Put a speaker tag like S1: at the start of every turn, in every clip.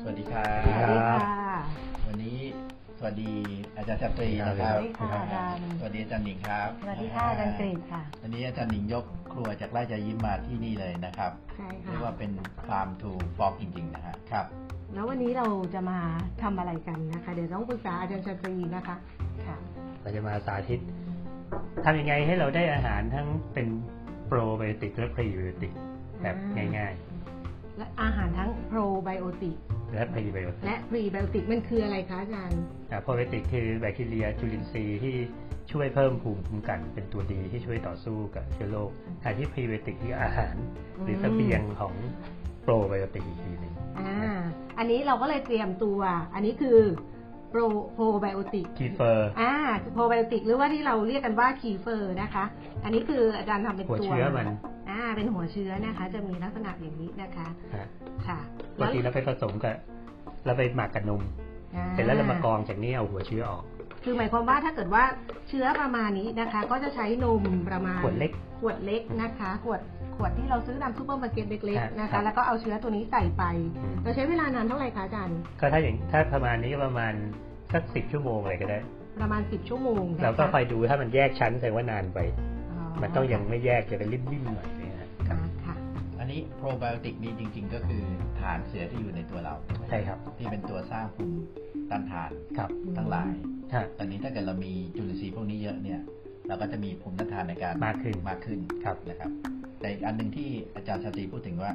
S1: สวัสดีครั
S2: สวัสดีครับ บ
S1: วันนี้สวัสดีอาจารย์จักรีนะครั
S2: ส
S1: บ
S2: วัสดีค่ะอาจารย์
S1: สวัสดีอาจารย์หนิงครับ
S2: สวัสดีค่ะอาจารย์กรีดค่ะ
S1: วันนี้อาจารย์หนิงยกครัวจากไร่ใจยิ้มมาที่นี่เลยนะครับ
S2: ใช่
S1: เรี
S2: ค่ะ
S1: ยกว่าเป็นฟาร์มทูฟอกจริง ๆ นะฮะครับ
S2: แล้ววันนี้เราจะมาทำอะไรกันนะคะ เดี๋ยวต้องปรึกษาอาจารย์ชาตรีนะคะ ค่ะ
S3: เราจะมาสาธิตทำยังไงให้เราได้อาหารทั้งเป็นโปรไบโอติกและพรีไบโอติกแบบ
S2: อ่า
S3: ง่าย
S2: และอาหารทั้งโปรไบโอติก
S3: ๆ และพรีไบโอติก
S2: และพรีไบโอติกมันคืออะไรคะอาจารย์
S3: โปรไบโอติกคือแบคทีเรียจุลินทรีย์ที่ช่วยเพิ่มภูมิคุ้มกันเป็นตัวดีที่ช่วยต่อสู้กับเชื้อโรคขณะที่พรีไบโอติกคืออาหาร หรือ
S2: ม
S3: เสบียงของโปรไบโอติกอีกทีหนึ่ง
S2: อ่า อันนี้เราก็เลยเตรียมตัว อันนี้คือโปรโปรไบโอติก
S3: คีเฟอร์
S2: อ่า โปรไบโอติกหรือว่าที่เราเรียกกันว่าคีเฟอร์นะคะ อันนี้คืออาจารย์ทำเป็น
S3: หัว
S2: ตัว
S3: เชื้อมัน
S2: อ่า เป็นหัวเชื้อนะคะ จะมีลักษณะอย่างนี้นะคะ
S3: ฮะ
S2: ค่ะ
S3: บางทีเราไปผสมกับเราไปหมักกับนม
S2: อ่
S3: เสร็จแล้วเรามากรองจากนี้เอาหัวเชื้อออก
S2: คือหมายความว่าถ้าเกิดว่าเชื้อประมาณนี้นะคะ ก็จะใช้นมประมาณ
S3: ขวดเล็ก
S2: ขวดเล็กนะคะ ขวดขวดที่เราซื้อตามซูเปอร์มาร์เก็ตเล็กๆนะ
S3: ครั
S2: คะ
S3: บ
S2: แล้วก็เอาเชื้อตัวนี้ใส่ไป
S3: อืม
S2: เราใช้เวลานานเท่าไหร่คะอาจารย์
S3: ก็ถ้าอย่างถ้าประมาณนี้ก็ประมาณสักสิบชั่วโมงอะไรก็ได้
S2: ประมาณ 10 ชั่วโมงนะคะ
S3: เราก็คอยดูถ้ามันแยกชั้นแสดงว่านานไป
S2: อ๋
S3: มันต้องยังไม่แยกจะเป็นริบบิ้นหน่อยนะฮะ
S2: ค่ะค่ะ
S1: อันนี้โปรไบโอติกนี้จริง ๆ ก็คือฐานเสือที่อยู่ในตัวเราถูกไหม
S3: ใช่ครับ
S1: ที่เป็นตัวสร้างภูมิต้านทาน
S3: ครับ
S1: ทั้งหลาย
S3: ฮะ
S1: ตอนนี้ถ้าเกิดเรามีจุลินทรีย์พวกนี้เยอะเนี่ย เราก็จะมีภูมิต้านทานในการ
S3: มากขึ้น
S1: มากขึ้น
S3: ครับ
S1: นะครับ แต่อีกอันหนึ่งที่อาจารย์ชาตรีพูดถึงว่า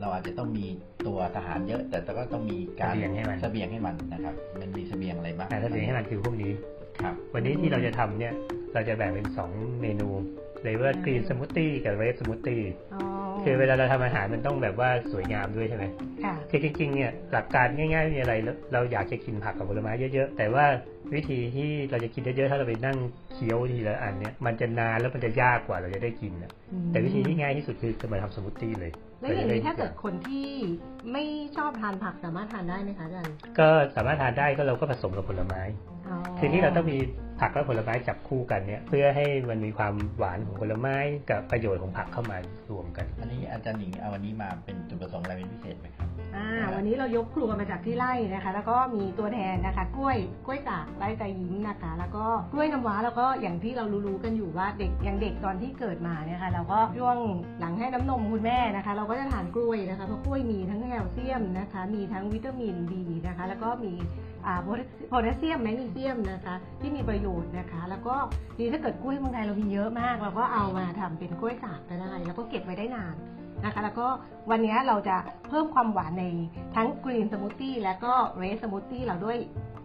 S1: เราอาจจะต้องมีตัวทหารเยอะ แต่ก็ต้องมีการ
S3: เสบียงให้มัน
S1: เสบียงให้มันนะครับ มันมีเสบียงอะไรบ้าง
S3: อ่าถ้าเสียงให้มันคือพวกนี้
S1: ครับ
S3: วันนี้ที่เราจะทำเนี่ย เราจะแบ่งเป็น 2 เมนูเลยว่ากรีนสมูทตี้กับเรดสมูทตี้
S2: อ๋อ
S3: คือเวลาเราทำอาหารมันต้องแบบว่าสวยงามด้วยใช่ไหม
S2: ค่ะ
S3: คือจริงๆเนี่ยหลักการง่ายๆไม่มีอะไรแล้วเราอยากจะกินผักกับผลไม้เยอะๆ แต่ว่าวิธีที่เราจะกินเยอะๆถ้าเราไปนั่งเคี้ยวทีละอันเนี่ยมันจะนานแล้วมันจะยากกว่าเราจะได้กินอะ
S2: อืม
S3: แต่วิธีที่ง่ายที่สุดคือจะมาทำสมูทตี้เลย
S2: แล้วอย่างนี้ถ้าเกิดคนที่ไม่ชอบทานผักสามารถทานได้ไหมคะอาจารย์
S3: ก็สามารถทานได้ก็เราก็ผสมกับผลไม้ คือที่เราต้องมีผักและผลไม้จับคู่กันเนี่ย เพื่อให้มันมีความหวานของผลไม้กับประโยชน์ของผักเข้ามารวมกัน
S1: อันนี้อาจารย์หญิงเอาวันนี้มาเป็นจุดประสงค์อะไรเป็นพิเศษไหมครับ
S2: อ่าวันนี้เรายกครัวมาจากที่ไร่นะคะ แล้วก็มีตัวแทนนะคะ กล้วยกล้วยตากไร่ใจยิ้มนะคะ แล้วก็กล้วยน้ำว้าแล้วก็อย่างที่เรารู้ๆกันอยู่ว่าเด็กอย่างเด็กตอนที่เกิดมาเนี่ยค่ะเราก็ช่วงหลังให้น้ำนมคุณแม่นะคะ เราก็จะทานกล้วยนะคะเพราะกล้วยมีทั้งแคลเซียมนะคะ มีทั้งวิตามินดีนะคะ แล้วก็มีอ่าโพแทสโพแทสเซียมแมกนีเซียมนะคะ ที่มีประโยชน์นะคะ แล้วก็ดีถ้าเกิดกล้วยเมืองไทยเรามีเยอะมาก เราก็เอามาทำเป็นกล้วยตากก็ได้แล้วก็เก็บไว้ได้นาน นะคะแล้วก็วันนี้เราจะเพิ่มความหวานในทั้งกรีนสมูทตี้และก็เรสสมูทตี้เราด้วย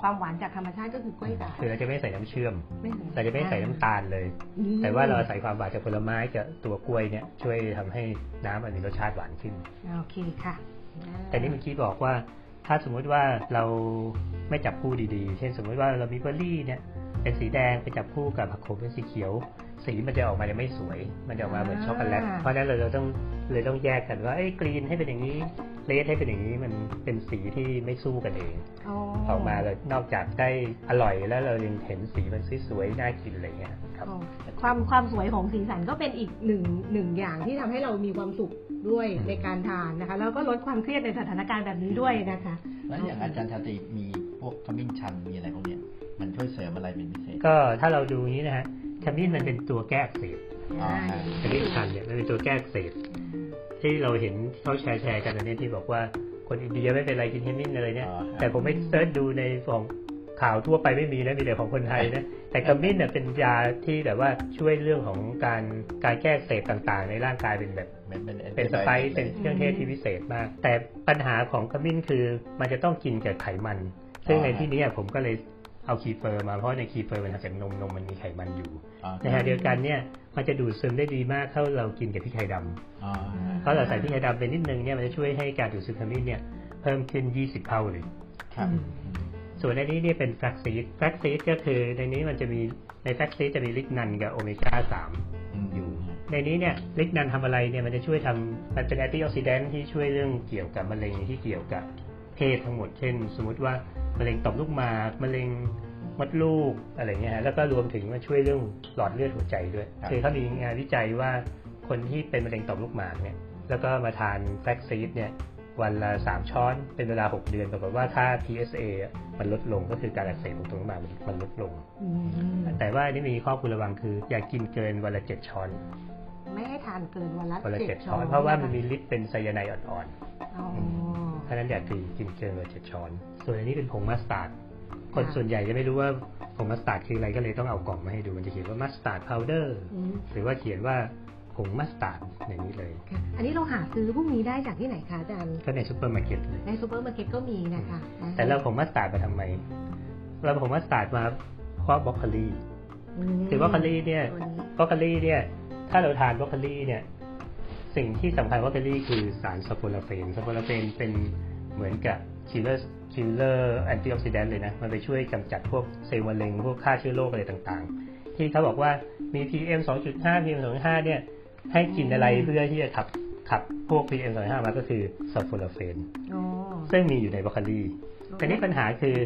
S2: ความหวานจากธรรมชาติก็คือกล้วยด่าง
S3: คือเราจะไม่ใส่น้ำเชื่อม
S2: ไม่ถึง
S3: เราจะไม่ใส่น้ำตาลเลย
S2: อืม
S3: แต่ว่าเราใส่ความหวานจากผลไม้กับตัวกล้วยเนี่ยช่วยทำให้น้ำมันมีรสชาติหวานขึ้น
S2: โอเคค่ะ
S3: แต่นี่เมื่อกี้บอกว่าถ้าสมมุติว่าเราไม่จับคู่ดีๆ เช่นสมมุติว่าเรามีเบอร์รี่เนี่ยเป็นสีแดงไปจับคู่กับผักโขมเป็นสีเขียว สีมันจะออกมาจะไม่สวย มันจะออกมาเหมือนช็อกโกแลตเพราะฉะนั้นเราเราต้องเลยต้องแยกกันว่าไอ้กรีนให้เป็นอย่างนี้เลดให้เป็นอย่างนี้มันเป็นสีที่ไม่สู้กันเอง
S2: โ
S3: ออกมาเลยนอกจากได้อร่อยแล้วเรายังเห็นสีมันสวยๆน่ากินอะไรเงี้ยครับ
S2: โอ้ความความสวยของสีสันก็เป็นอีกหนึ่งหนึ่งอย่างที่ทำให้เรามีความสุขด้วย
S3: อืม
S2: ในการทานนะคะ แล้วก็ลดความเครียดในสถานการณ์แบบนี้ด้วยนะคะ
S1: แล้วอย่างอาจารย์ชาตรีมีพวกขมิ้นชันมีอะไรพวกเนี้ยมันช่วยเสริมอะไรเป็นพิเศษ
S3: ก็ถ้าเราดูอย่างนี้นะฮะขมิ้นมันเป็นตัวแก้อักเสบ
S1: อ่า
S3: ขมิ้นชันเนี่ยมันเป็นตัวแก้อักเสบ ที่เราเห็นเขาแชร์แชร์กันอันนี้ที่บอกว่าคนอินเดียไม่เป็นไรกินเฮมินอะไรเนี่ย
S1: อ๋อครับ
S3: แต่ผมไปเซิร์ชดูในของข่าวทั่วไปไม่มีนะมีแต่ของคนไทยนะ แต่กามินเนี่ยเป็นยาที่แบบว่าช่วยเรื่องของการการแก้อักเสพต่างๆ ในร่างกายเป็นแบบ
S1: เป็นเป็น
S3: เป็นสไปซ์เป็นเครื่องเทศที่พิเศษมาก แต่ปัญหาของกามินคือมันจะต้องกินกับไขมัน ซึ่ง
S1: อ๋อ
S3: ในที่นี้ผมก็เลยเอาคีเฟอร์มาเพราะในคีเฟอร์มันทำจากนมนมมันมีไขมันอยู่
S1: อ๋อ
S3: ในขณะเดียวกันเนี่ยมันจะดูดซึมได้ดีมากเท่าเรากินกับพริกไทยดำ
S1: อ๋อ
S3: เพราะเราใส่พริกไทยดำไปนิดนึงเนี่ยมันจะช่วยให้การดูดซึมขมิ้นเนี่ยเพิ่มขึ้น 20 เท่าเลย
S1: ครับ
S2: อืม
S3: ส่วนในนี้เนี่ยเป็นแฟลกซีดแฟลกซีดก็คือในนี้มันจะมีในแฟลกซีดจะมีลิกนันกับโอเมก้า
S1: ม
S3: อยู่ 3 ในนี้เนี่ยลิกนันทำอะไรเนี่ยมันจะช่วยทำมันเป็นแอนตี้ออกซิแดนที่ช่วยเรื่องเกี่ยวกับมะเร็งที่เกี่ยวกับเพศทั้งหมด เช่น สมมติว่ามะเร็งต่อมลูกหมากมะเร็งมดลูกอะไรเงี้ยฮะแล้วก็รวมถึงมันช่วยเรื่องหลอดเลือดหัวใจด้วย คือเขามีงานวิจัยว่าค คนที่เป็นมะเร็งต่อมลูกหมากเนี่ยแล้วก็มาทานแฟลกซีดเนี่ยวันละสามช้อนเป็นเวลา 6 เดือนปรากฏว่าค่า PSA อะมันลดลงก็คือการอักเสบของต่อมลูกหมากมันมันลดลง
S2: อืม
S3: แต่ว่าอันนี้มีข้อควรระวังคืออย่ากินเกินวันละเจ็ดช้อน
S2: ไม่ให้ทานเกินวันละ
S3: วันละเจ็ด
S2: 7
S3: ช้อน เพราะว่ามันมีฤทธิ์เป็นไซยาไนด์อ่อน
S2: อ๋อ
S3: ๆเพราะฉะนั้นอย่ากินกินเกินวันละเจ็ดช้อน ส่วนอันนี้เป็นผงมัสตาร์ดคน
S2: ค่ะ
S3: ส่วนใหญ่จะไม่รู้ว่าผงมัสตาร์ดคืออะไรก็เลยต้องเอากล่องมาให้ดูมันจะเขียนว่ามัสตาร์ดพาวเดอร์
S2: อืม
S3: หรือว่าเขียนว่าผงมัสตาร์ดอย่างนี้เลย
S2: ค่ะ อันนี้เราหาซื้อพวกนี้ได้จากที่ไหนคะอาจารย์
S3: ก็ในซูเปอร์มาร์เก็ตเลย
S2: ในซูเปอร์มาร์เก็ตก็มีนะคะ
S3: แต่เราผงมัสตาร์ดมาทำไม เราผงมัสตาร์ดมาเพราะบล็อกโคลี
S2: ม
S3: คือบล็อกโคลีเนี่ย
S2: ตัวนี้
S3: บรอกโคลีเนี่ย ถ้าเราทานบรอกโคลีเนี่ย สิ่งที่สำคัญบรอกโคลีคือสารสโปโลเฟนสโปโลเฟนเป็นเหมือนกับคิลเลอร์คิลเลอร์แอนตี้ออกซิแดนต์เลยนะ มันไปช่วยกำจัดพวกเซลล์มะเร็ง พวกฆ่าเชื้อโรคอะไรต่างๆ ที่เขาบอกว่ามี PM 2.5 PM 2.5 เนี่ย ให้กินอะไรเพื่อที่จะขับขับพวก PM 2.5 มาก็คือสโปโลเฟน
S2: อ๋อ
S3: ซึ่งมีอยู่ในบรอกโคลีแต่นี่ปัญหาคือ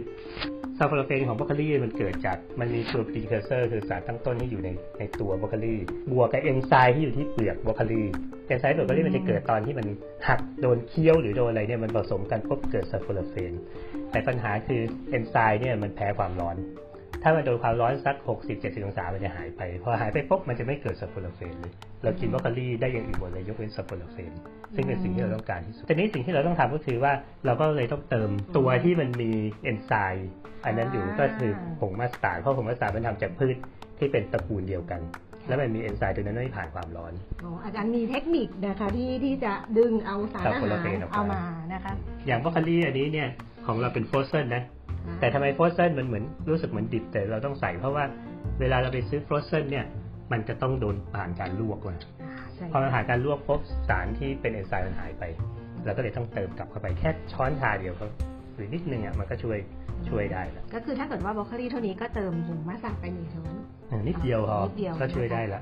S3: ซัลฟาโลเฟนของบรอกโคลีมันเกิดจาก มันมีตัวพรีเคอร์เซอร์คือสารตั้งต้นที่อยู่ในในตัวบรอกโคลีบวกกับเอนไซม์ที่อยู่ที่เปลือกบรอกโคลีเอนไซม์เปลือกบรอกโคลีมันจะเกิดตอนที่มันหักโดนเคี้ยวหรือโดนอะไรเนี่ยมันผสมกันปุ๊บเกิดซัลฟาโลเฟน แต่ปัญหาคือเอนไซม์เนี่ยมันแพ้ความร้อน ถ้ามันโดนความร้อนสัก 60-70 องศา มันจะหายไป พอหายไปปุ๊บมันจะไม่เกิดซัลฟาโลเฟนเลย เรากินบรอกโคลีได้อย่างอื่นหมดเลยยกเว้นซัลฟาโลเฟน ซึ่งเป็นสิ่งที่เราต้องการที่สุดแต่นี้สิ่งที่เราต้องทำก็คือว่าเราก็เลยต้องเติมตัวที่มันมีเอนไซม์อันนั้นอยู่
S2: อ่า
S3: ก็คือผงมัสตาร์ดเพราะผงมัสตาร์ดมันทำจากพืชที่เป็นตระกูลเดียวกัน แล้วมันมีเอนไซม์ตัวนั้นไม่ผ่านความร้อน
S2: อ๋ออาจารย์มีเทคนิคนะคะที่ที่จะดึงเอาสารอา
S3: จากคน
S2: หา
S3: ละ
S2: ร
S3: เฟสออกมา
S2: เอามานะคะ
S3: อย่างบรอกโคลีอันนี้เนี่ยของเราเป็นฟรอสเซนนะ แต่ทำไมฟรอสเซนมันเหมือนรู้สึกเหมือนดิบแต่เราต้องใส่เพราะว่าเวลาเราไปซื้อฟรอสเซนเนี่ยมันจะต้องโดนผ่านการลวกมา
S2: อ่าใช่
S3: พอมันผ่านการลวกปุ๊บสารที่เป็นเอนไซม์มันหายไปเราก็เลยต้องเติมกลับเข้าไปแค่ช้อนชาเดียวครับหรือนิดนึงอ่ะมันก็ช่วยช่วยได้แล้ว
S2: ก็คือถ้าเกิดว่าบรอกโคลีเท่านี้ก็เติมผงมะสักไปหนึ่งช้อน
S3: อ่ะนิดเดียวพอ
S2: นิดเดียว
S3: ก็ช่วยได้ละ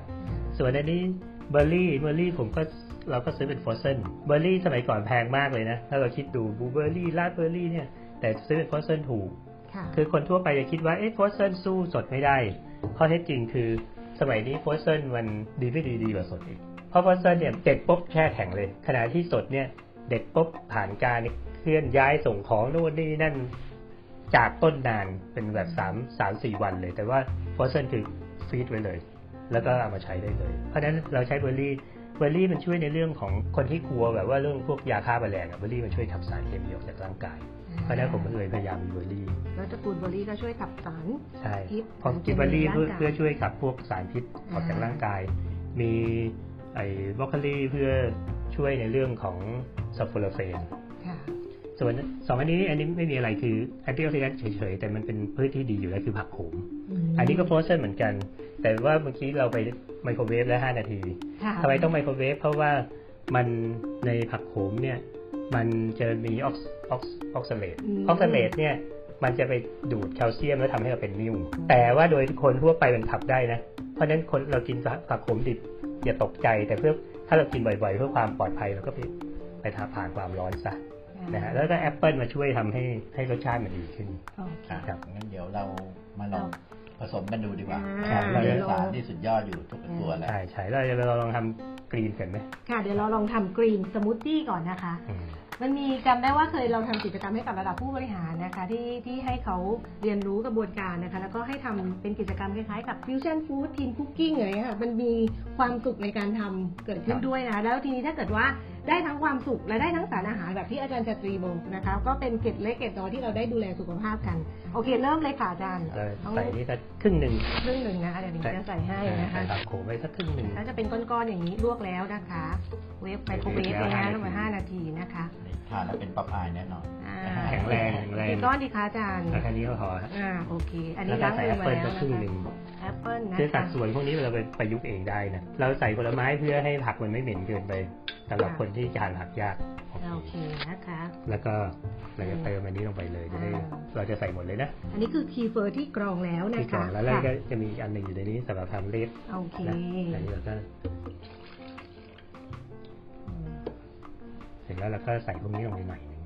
S3: ส่วนอันนี้เบอร์รี่เบอร์รี่ผมก็เราก็ซื้อเป็นฟรอสเซนเบอร์รี่สมัยก่อนแพงมากเลยนะ ถ้าเราคิดดูบลูเบอร์รี่ลาดเบอร์รี่เนี่ย แต่ซื้อเป็นฟรอสเซนถูก
S2: ค่ะ
S3: คือคนทั่วไปจะคิดว่าเอ๊ะฟรอสเซนสู้สดไม่ได้ข้อเท็จจริงคือสมัยนี้ฟรอสเซนมันดีไม่ดีดีกว่าสดอีก เพราะฟรอสเซนเนี่ยเด็กปุ๊บแช่แข็งเลย ขณะที่สดเนี่ยเด็กปุ๊บผ่านการเคลื่อนย้ายส่งของนู่นนี่นั่นจากต้นนานเป็นแบบสามสามสี่วันเลย แต่ว่าฟรอสเซนคือฟรีดไว้เลย แล้วก็เอามาใช้ได้เลย เพราะฉะนั้นเราใช้เบอร์รี่เบอร์รี่มันช่วยในเรื่องของคนที่กลัวแบบว่าเรื่องพวกยาฆ่าแมลงอะเบอร์รี่มันช่วยขับสารเคมีออกจากร่างกายเพราะฉะนั้นผมก็เลยพยายามมีเบอร์รี่
S2: แล้วตระกูลเบอร์รี่ก็ช่วยขับสาร
S3: ใช่
S2: พิษ
S3: พอกินเบอร์รี่เพื่อ
S2: ในร่างกาย
S3: เพื่อช่วยขับพวกสารพิษออกจาก
S2: อ่า
S3: ร่างกาย มีไอ้บรอกโคลีเพื่อช่วยในเรื่องของซัลฟูโรเฟน
S2: ค่ะ
S3: ส่วนสองอันนี้อันนี้ไม่มีอะไรคือแอนตี้ออกซิแดนต์เฉยๆ แต่มันเป็นพืชที่ดีอยู่แล้วคือผักโขม อันนี้ก็โพสเซนเหมือนกัน แต่ว่าเมื่อกี้เราไปไมโครเวฟแล้ว 5 นาที
S2: ค่ะ
S3: ทำไมต้องไมโครเวฟเพราะว่ามันในผักโขมเนี่ย มันจะมีออกออกออกซาเลต
S2: อืม
S3: ออกซาเลตเนี่ย มันจะไปดูดแคลเซียมแล้วทำให้เราเป็นนิ่วแต่ว่าโดยคนทั่วไปมันขับได้นะ เพราะฉะนั้นคนเรากินผักโขมดิบอย่าตกใจแต่เพื่อถ้าเรากินบ่อยๆ เพื่อความปลอดภัยเราก็ไปไปทาผ่านความร้อนซะนะฮะแล้วก็แอปเปิลมาช่วยทำให้ให้รสชาติมันดีขึ้น
S2: โอเค
S1: อ่ะ
S3: ครับ
S1: งั้นเดี๋ยวเรามาลองผสมกันดูดีกว่า
S2: อ่า
S1: เราได้
S3: ลอง
S1: สารที่สุดยอดอยู่ทุกตัวแล้ว
S3: ใช่ใช่แล้วเราลองทำกรีนกันไหม
S2: ค่ะ เดี๋ยวเราลองทำกรีนสมูทตี้ก่อนนะคะ
S3: อืม
S2: มันมีจำได้ว่าเคยเราทำกิจกรรมให้กับระดับผู้บริหารนะคะ ที่ที่ให้เขาเรียนรู้กระบวนการนะคะ แล้วก็ให้ทำเป็นกิจกรรมคล้ายๆกับฟิวชั่นฟู้ดทีมคุกกิ้งอะไรเงี้ยค่ะมันมีความสุขในการทำเกิดขึ้
S3: คน รับ
S2: ด้วยนะคะแล้วทีนี้ถ้าเกิดว่าได้ทั้งความสุขและได้ทั้งสารอาหารแบบที่อาจารย์ชาตรีบอกนะคะ ก็เป็นเกร็ดเล็กเกร็ดน้อยที่เราได้ดูแลสุขภาพกันโอเคเริ่มเลยค่ะอาจารย์
S3: เรา
S2: เอา
S3: ใส่นี่สักครึ่งหนึ่ง
S2: ครึ่งหนึ่งนะคะเดี๋ยวหนี้จะใส่ให้นะ
S3: ใส่
S2: คะ
S3: ผักโขมไปสักครึ่งหนึ่ง
S2: แล้วจะเป็นก้อนๆอย่างนี้ลวกแล้วนะคะ เวฟไมโครเวฟ
S3: เวฟ
S2: เลย
S3: แล้ว
S2: นะประมาณห้านาทีนะคะ
S1: ทานแล้วเป็นป๊อปอายแน่นอน
S2: อ่า
S3: แข็งแรงแข็งแรง
S2: กี่ก้อนดีคะอาจารย์
S3: เอาแค่นี้ก็พอฮะ
S2: อ่าโอเค อัน
S3: แล้
S2: นี้
S3: วก็
S2: ล้าง
S3: ใส่
S2: มื
S3: แอ
S2: อ
S3: ป
S2: มา
S3: เปิล
S2: แล้ว
S3: สักครึ่งหนึ่ง
S2: นะคะแอปเปิลนะ
S3: คือสั
S2: คะ
S3: ดส่วนพวกนี้เราไปประยุกต์เองได้นะ เราใส่ผลไม้เพื่อให้ผักมันไม่เหม็นเกินไปสำหรับ
S2: ค่ะ
S3: คนที่ทานผักยาก
S2: โอเคนะคะ
S3: แล้วก็เราจะเติมอันนี้ลงไปเลยจะได้
S2: อ่า
S3: เราจะใส่หมดเลยนะ
S2: อันนี้คือคีเฟอร์ที่กรองแล้วนะ
S3: ที่กล่
S2: คะ
S3: องแล้วแล้วก็
S2: ค่ะ
S3: จะมีอีกอันหนึ่งอยู่ในนี้สำหรับทำเลส
S2: โอเค
S3: นะอันนี้เราก็เสร็จแล้วเราก็ใส่พวกนี้ลงไปหน่อยหนึง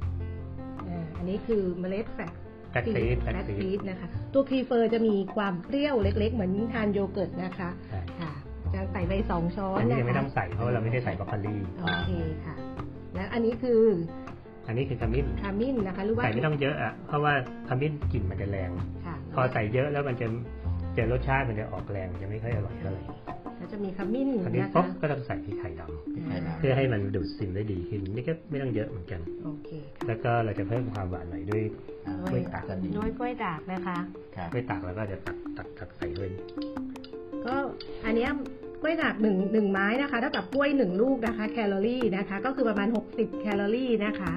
S2: อ่าอันนี้คือเมล็ดแฟลก
S3: แฟลกซีดแฟลก
S2: แฟลก
S3: ซี
S2: ซี
S3: ด
S2: ดนะคะ ตัวคีเฟอร์จะมีความเปรี้ยวเล็กๆ เหมือนทานโยเกิร์ตนะคะ
S3: ใช่
S2: ค่ะอาจารย์ใส่ ส่ไปสองช้อน
S3: อันนี้
S2: นะ
S3: ยังไม่
S2: คะ
S3: ต้องใส่เพราะว่าเราไม่ได้ใส่บรอกโคลี
S2: โอเคค่ะ แล้วอันนี้คือ
S3: อันนี้คือขมิ้น
S2: ขมิ้นนะคะหรือว่า
S3: ใส่ไม่ต้องเยอะอ่ะเพราะว่าขมิ้นกลิ่นมันจะแรง
S2: ค่ะ
S3: พอใส่เยอะแล้วมันจะจะรสชาติมันจะออกแรงมันจะไม่ค่อยอร่อยเท่าไหร่
S2: แล้วจะมีขมิ้น
S3: อันนี้
S2: นะ
S3: ปุ๊
S2: คะ
S3: บก็ต้องใส่พริกไทยด
S1: พริกไทยดำ
S3: ำเพื่อให้มันดูดซึมได้ดีขึ้นนี่ก็ไม่ต้องเยอะเหมือนกัน
S2: โอเคค่ะ
S3: แล้วก็เราจะเพิ่มความหวานหน่อยด้วย
S1: อ่าด้วยตักกันดี
S2: ด้วยกล้วยตากนะคะ
S1: ครับ
S3: ด้วยตักแล้วก็จะตักตักตักใส่เลย
S2: ก็อันเนี้ยกล้วยตากหนึ่งหนึ่งไม้นะคะเท่ากับกล้วยหนึ่งลูกนะคะ แคลอรี่นะคะ ก็คือประมาณ 60 แคลอรี่นะคะ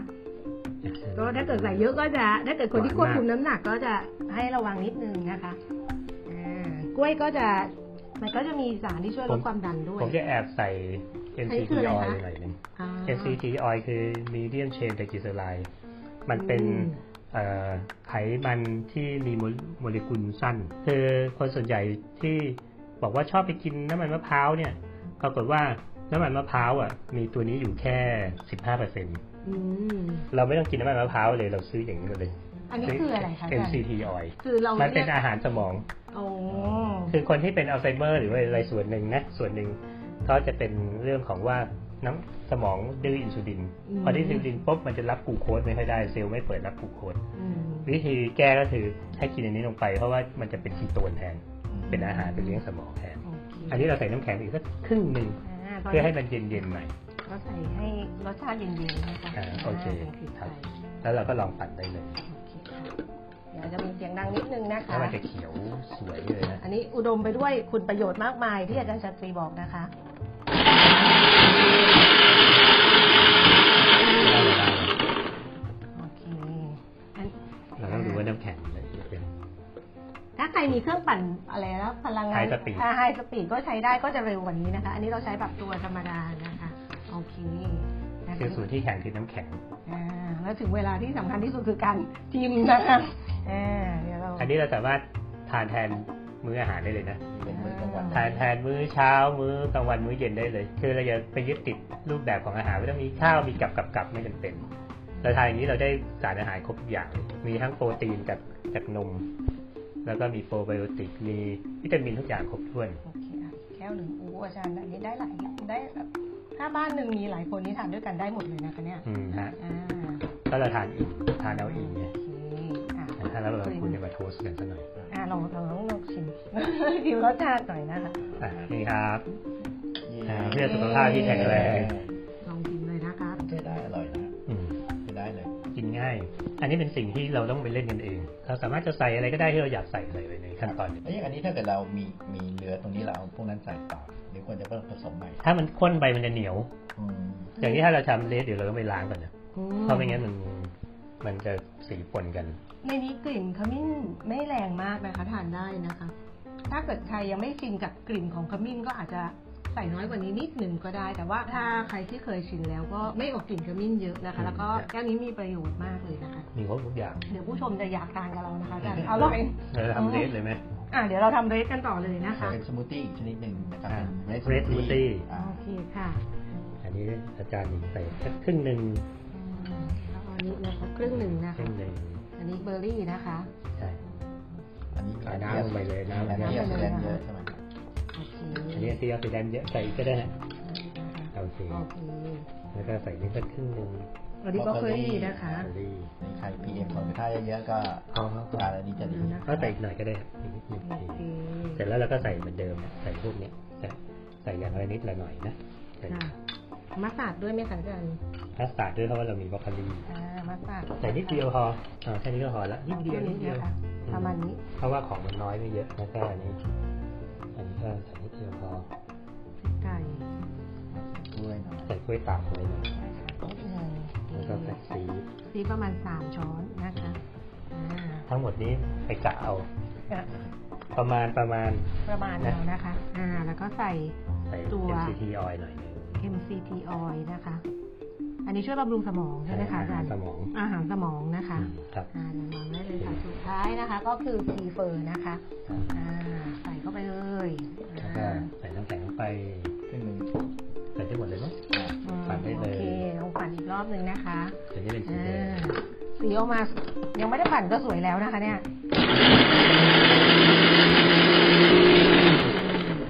S2: ก็ถ้าเกิดใส่เยอะก็จะถ้าเกิดคนที่ควบคุมน้ำหนักก็จะให้ระวังนิดนึงนะคะอ่ากล้วยก็จะมันก็จะมีสารที่ช่วยลดความดันด้วย
S3: ผมจะแอบใส่
S2: อันนี้
S3: NCT
S2: คืออะไร
S3: oil
S2: คะ
S3: หน่อยหนึง
S2: อ่า
S3: NCT oil คือ medium chain triglyceride มันเป็น
S2: อืม
S3: เอ่อไขมันที่มีโมโมเลกุลสั้น คือคนส่วนใหญ่ที่บอกว่าชอบไปกินน้ำมันมะพร้าวเนี่ยปรากฏว่าน้ำมันมะพร้าวอ่ะมีตัวนี้อยู่แค่ 15%
S2: อืม
S3: เราไม่ต้องกินน้ำมันมะพร้าวเลยเราซื้ออย่างนี้มาเลย
S2: อันนี้คืออะไรคะอาจารย์
S3: NCT oil
S2: คือเรา
S3: มันเป็น
S2: รียก
S3: อาหารสมอง
S2: โอ้
S3: คือคนที่เป็นอัลไซเมอร์หรือว่าอะไรส่วนหนึ่งนะส่วนหนึ่งเขาจะเป็นเรื่องของว่าน้ำสมองดื้ออินซูลินพอดื้ออินซูลินปุ๊บมันจะรับกลูโคสไม่ค่อยได้เซลล์ไม่เปิดรับกลูโคส
S2: อืม
S3: วิธีแก้ก็คือให้กินอันนี้ลงไป เพราะว่ามันจะเป็นคีโตนแทน เป็นอาหารเป็นเลี้ยงสมองแทน
S2: โอเค
S3: อันนี้เราใส่น้ำแข็งอีกสักครึ่งหนึ่ง
S2: าตน
S3: เพื่อให้
S2: นี้
S3: มันเย็นๆหน่อย
S2: ก็ใส่ให้รสชาติเย็นๆนะคะ
S3: อ่าโอเค
S2: าเป็นผิด
S3: ครับ
S2: ไป
S3: แล้วเราก็ลองปั่นได้เลย
S2: โอเคค่ะเดี๋ยวจะมีเสียงดังนิดนึงนะคะ
S3: แล้วมันจะเขียวสวยเลยนะ
S2: อันนี้อุดมไปด้วยคุณประโยชน์มากมายที่อาจารย์ชัดตรีบอกนะคะ โอเคอัน
S3: เราต้องดูว่าน้ำแข็งมันเป็น
S2: ถ้าใครมีเครื่องปั่นอะไรแล้วพลังงาน
S3: High speed
S2: ไฮสปีดก็ใช้ได้ก็จะเร็วกว่านี้นะคะ อันนี้เราใช้แบบตัวธรรมดานะคะ โอเคนะะ
S3: คือสูตรที่แข็งคือน้ำแข็ง
S2: อ่าแล้วถึงเวลาที่สำคัญที่สุดคือการชิมนะคะอ่าเดี๋ยวเรา
S3: อันนี้เราสามารถทานแทนมื้ออาหารได้เลยนะ
S1: เป็นมือกลางวัน
S3: ทานแทนมื้อเช้า มื้อกลางวันมื้อเย็นได้เลย คือเราจะไปยึดติดรูปแบบของอาหารไม่ต้องมีข้าวมีกับกับกับไม่จำเป็น เราทานอย่างนี้เราได้สารอาหารครบทุกอย่างเลยมีทั้งโปรตีนจากจากนม แล้วก็มีโปรไบโอติก มีวิตามินทุกอย่างครบถ้วน
S2: โอเคอ่ะแก้วหนึ่งโอ้โหอาจารย์อันนี้ได้หลายได้แบบถ้าบ้านหนึ่งมีหลายคนนี่ทานด้วยกันได้หมดเลยนะคะเนี่ย
S3: อืมฮะ
S2: อ่า
S3: ก็เราทานอิ่มทานเอาอิ่มไง
S2: โอเคอ่ะ
S3: ถ้าเราเราคุณจะมาโทสกันสักหน่อย
S2: อ่ะลองลองลองลองชิม ชิมรสชาติหน่อยนะคะ
S3: อ่ะนี่ครับอ่าเพื่
S1: เย้
S3: อสุขภาพที่แข็งแรง
S2: ลองชิมเลยนะคะ
S1: ใช้ได้อร่อยนะ
S3: อืม
S1: ใช้ได้เลย
S3: กินง่าย อันนี้เป็นสิ่งที่เราต้องไปเล่นกันเอง เราสามารถจะใส่อะไรก็ได้ที่เราอยากใส่ใส่ไปในขั้นตอนนี้
S1: เอ้ยอันนี้ถ้าเกิดเรามีมีเหลือตรงนี้เราเอาพวกนั้นใส่ต่อหรือควรจะเพิ่มผสมใหม่
S3: ถ้ามันข้นไปมันจะเหนียว
S1: อืม
S3: อย่างนี้ถ้าเราทำเลสเดี๋ยวเราต้องไปล้างก่อนนะ
S2: อืม
S3: เพราะไม่งั้นมันมันจะสีปนกัน
S2: ในนี้กลิ่นขมิ้นไม่แรงมากนะคะทานได้นะคะ ถ้าเกิดใครยังไม่ชินกับกลิ่นของขมิ้นก็อาจจะใส่น้อยกว่านี้นิดหนึ่งก็ได้ แต่ว่าถ้าใครที่เคยชินแล้วก็ไม่อดกลิ่นขมิ้นเยอะนะคะ แล้วก็แก้วนี้มีประโยชน์มากเลยนะคะ
S3: มีครบทุกอย่าง
S2: เดี๋ยวผู้ชมจะอยากทานกับเรานะคะอาจารย์เอาเลย
S3: เราจะทำเลสเลยไหม
S2: อ่ะเดี๋ยวเราทำเรสกันต่อเลยนะคะ
S1: เป็นสมูทตี้อีกชนิดหนึ่งนะครับ
S3: อ่า
S1: เป็น
S3: Red
S1: red
S3: smoothie
S1: smoothie อ่า
S2: โอเคค่ะ
S3: อันนี้อาจารย์หญิงใส่สักครึ่งหนึ่ง
S2: อืมแล้วอันนี้นะคะครึ่งหนึ่งนะ
S3: ค
S2: คะ
S3: รึ่งหนึ่ง
S2: อันนี้เบอร์รี่นะคะ
S3: ใช่
S1: อันนี้
S3: เอาน้ำลงไปเลยน้ำ
S1: อันนี้
S2: ลงไปเลย
S1: เยอะใช่ไหม
S2: โอเค
S3: อันนี้ที่เอาไปแดนเยอะใส่ก็ได้นะโอเค
S2: โอเค
S3: แล้วก็ใส่นิดสักครึ่งหนึ่ง
S2: อันนี้บล็อกเบอร์รี่นะคะ
S3: อันนี้
S1: นี่ใคร PM สองจุดห้าเยอะๆก็
S3: พอครับ
S1: ทานอันนี้จะดี
S3: ก็ใส่อีกหน่อยก็ได้อีกนิดหนึ่ง
S2: โอ
S3: ที
S2: เค
S3: เสร็จแล้วเราก็ใส่เหมือนเดิมนะใส่พวกเนี้ยใส่ใส่อย่างละนิดละหน่อยนะใส่
S2: ค่ะมัสตาร์ดด้วยไหมคะอาจารย์
S3: พาสต้าด้วยเพราะว่าเรามีบรอกโคลี
S2: อ่ามัสตาร์ด
S3: ใส่นิดเดียวพออ่าแค่นี้ก็พอละนิ
S2: นิ
S3: ด
S2: ด
S3: เดี
S2: เดี
S3: ย
S2: ยว ว
S3: นิ
S2: นิ
S3: ด
S2: ด
S3: เดี
S2: เดี
S3: ย
S2: ยว วค่ะประมาณนี้
S3: เพราะว่าของมันน้อยไม่เยอะแล้วก็อันนี้อันนี้ก็ใส่นิดเดียวพอ
S2: ไก่
S1: ด้วยหน่อย
S3: ใส่กล้วยตากลงไปหน่อยแล้วก็ใส่สี
S2: ซีประมาณสามช้อนนะคะอ่า
S3: ทั้งหมดนี้ไปกะเอา
S2: ก็
S3: ประมาณประมาณ
S2: ประมาณแล้วนะคะ อ่า แล้วก็ใส่
S3: ใส่
S2: ตัว
S3: MCT oil หน่อยหนึง
S2: MCT oil นะคะ อันนี้ช่วยบำรุงสมองใช่ไหมคะอาจารย์
S3: สมอง
S2: อาหารสมองนะคะ
S3: อืมครับ
S2: อ่าเดี๋ยววางไว้เลยค่ะสุดท้ายนะคะ ก็คือซีเฟอร์นะคะ อ่า ใส่เข้าไปเลย
S3: แล้วก็
S2: อ่า
S3: ใส่น้ำแข็งลงไป
S1: ครึ่งหนึ่ง
S3: ใส่ทั้งหมดเลยมั้ย
S1: อ่า
S2: อืม
S3: ปั่นได้
S2: โอ
S3: เลย
S2: เคลองปั่นอีกรอบหนึ่งนะคะ
S3: เดี๋ยวจะเป็นสี
S2: อ่
S3: แดง
S2: า สีออกมา ยังไม่ได้ปั่นก็สวยแล้วนะคะ เนี่ย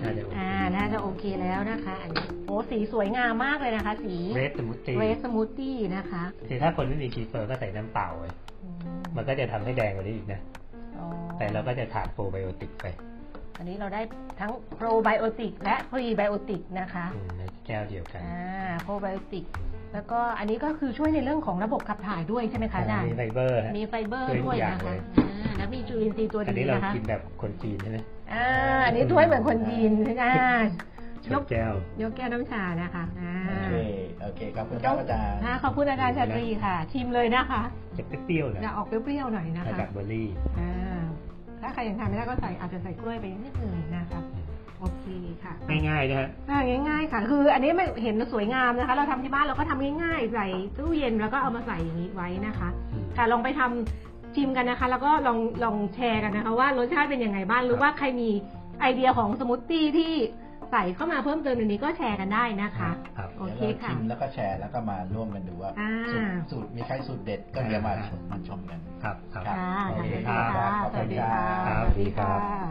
S3: น่าจะโอเค
S2: อ่า น่าจะโอ เคแล้วนะคะ อันนี้โอ้สีสวยงามมากเลยนะคะ สี
S3: เรสสมูทตี้
S2: เรสสมูทตี้นะคะ
S3: คือถ้าคนไม่มีคีเปอร์ก็ใส่น้ำเปล่าไป
S2: อืม
S3: มันก็จะทำให้แดงกว่านี้อีกนะ
S2: อ๋อ
S3: แต่เราก็จะขาดโปรไบโอติกไป
S2: อันนี้เราได้ทั้งโปรไบโอติกและพรีไบโอติกนะคะ
S3: อืมในแก้วเดียวกัน
S2: อ่าโปรไบโอติก แล้วก็อันนี้ก็คือช่วยในเรื่องของระบบขับถ่ายด้วยใช่ไหมคะอาจารย์
S3: มีไฟเบอร์ฮะ
S2: มีไฟเบอร์
S3: ช่วยทุก
S2: ด้วย
S3: อย่าง
S2: นะคะ
S3: เลย
S2: อ่าแล้วมีจุลินทรีย์ตัว
S3: อัน
S2: ดี
S3: นี้เรา
S2: นะคะ
S3: กินแบบคนจีนใช่ไหม
S2: อ่าอันนี้ถ้วยเหมือนคนจีนอ่าย
S3: ย
S2: ก
S3: กแก้ว
S2: ยกแก้วน้ำชานะคะอ่า
S1: โอเคโอเคครับคุณครับอาจารย์
S2: อ่าขอบคุณอาจารย์ชาตรีค่ะ ชิมเลยนะคะ
S3: จะเปรี้ยวๆหนะ
S2: จะออกเปรี้ยวๆหน่อยนะ
S3: มา
S2: คะ
S3: จากเบอร์รี่
S2: อ่าถ้าใครยังทานไม่ได้ก็ใส่อาจจะใส่กล้วยไปนิดหนึงนะคะโอเคค่ะ
S3: อืมง่ายๆนะฮะ
S2: อ่าง่ายๆค่ะ คืออันนี้มันเห็นสวยงามนะคะ เราทำที่บ้านเราก็ทำง่ายๆ ใส่ตู้เย็นแล้วก็เอามาใส่อย่างนี้ไว้นะคะ
S3: อืม
S2: ค่ะลองไปทำชิมกันนะคะ แล้วก็ลองลองแชร์กันนะคะ ว่ารสชาติเป็นยังไงบ้างหรือว่าใครมีไอเดียของสมูทตี้ที่ใส่เข้ามาเพิ่มเติมในนี้ก็แชร์กันได้นะคะ
S3: ครับ
S2: โอเค
S1: เดี๋ยวเรา
S2: ค่ะ
S1: ชิมแล้วก็แชร์แล้วก็มาร่วมกันดูว่า
S2: อ่า
S1: สูตรสูตรมีใครสูตรเด็ดก็เดี๋ยวมาชมมาชมกัน
S3: ครับครับ
S1: ค่ะ
S2: ค่ะ
S3: โอเค
S2: สวัสดี
S1: ค
S2: ค่ะ
S1: รับ
S2: สวัสดีค่ะ
S3: ครับ
S2: สวัสดีค่ะ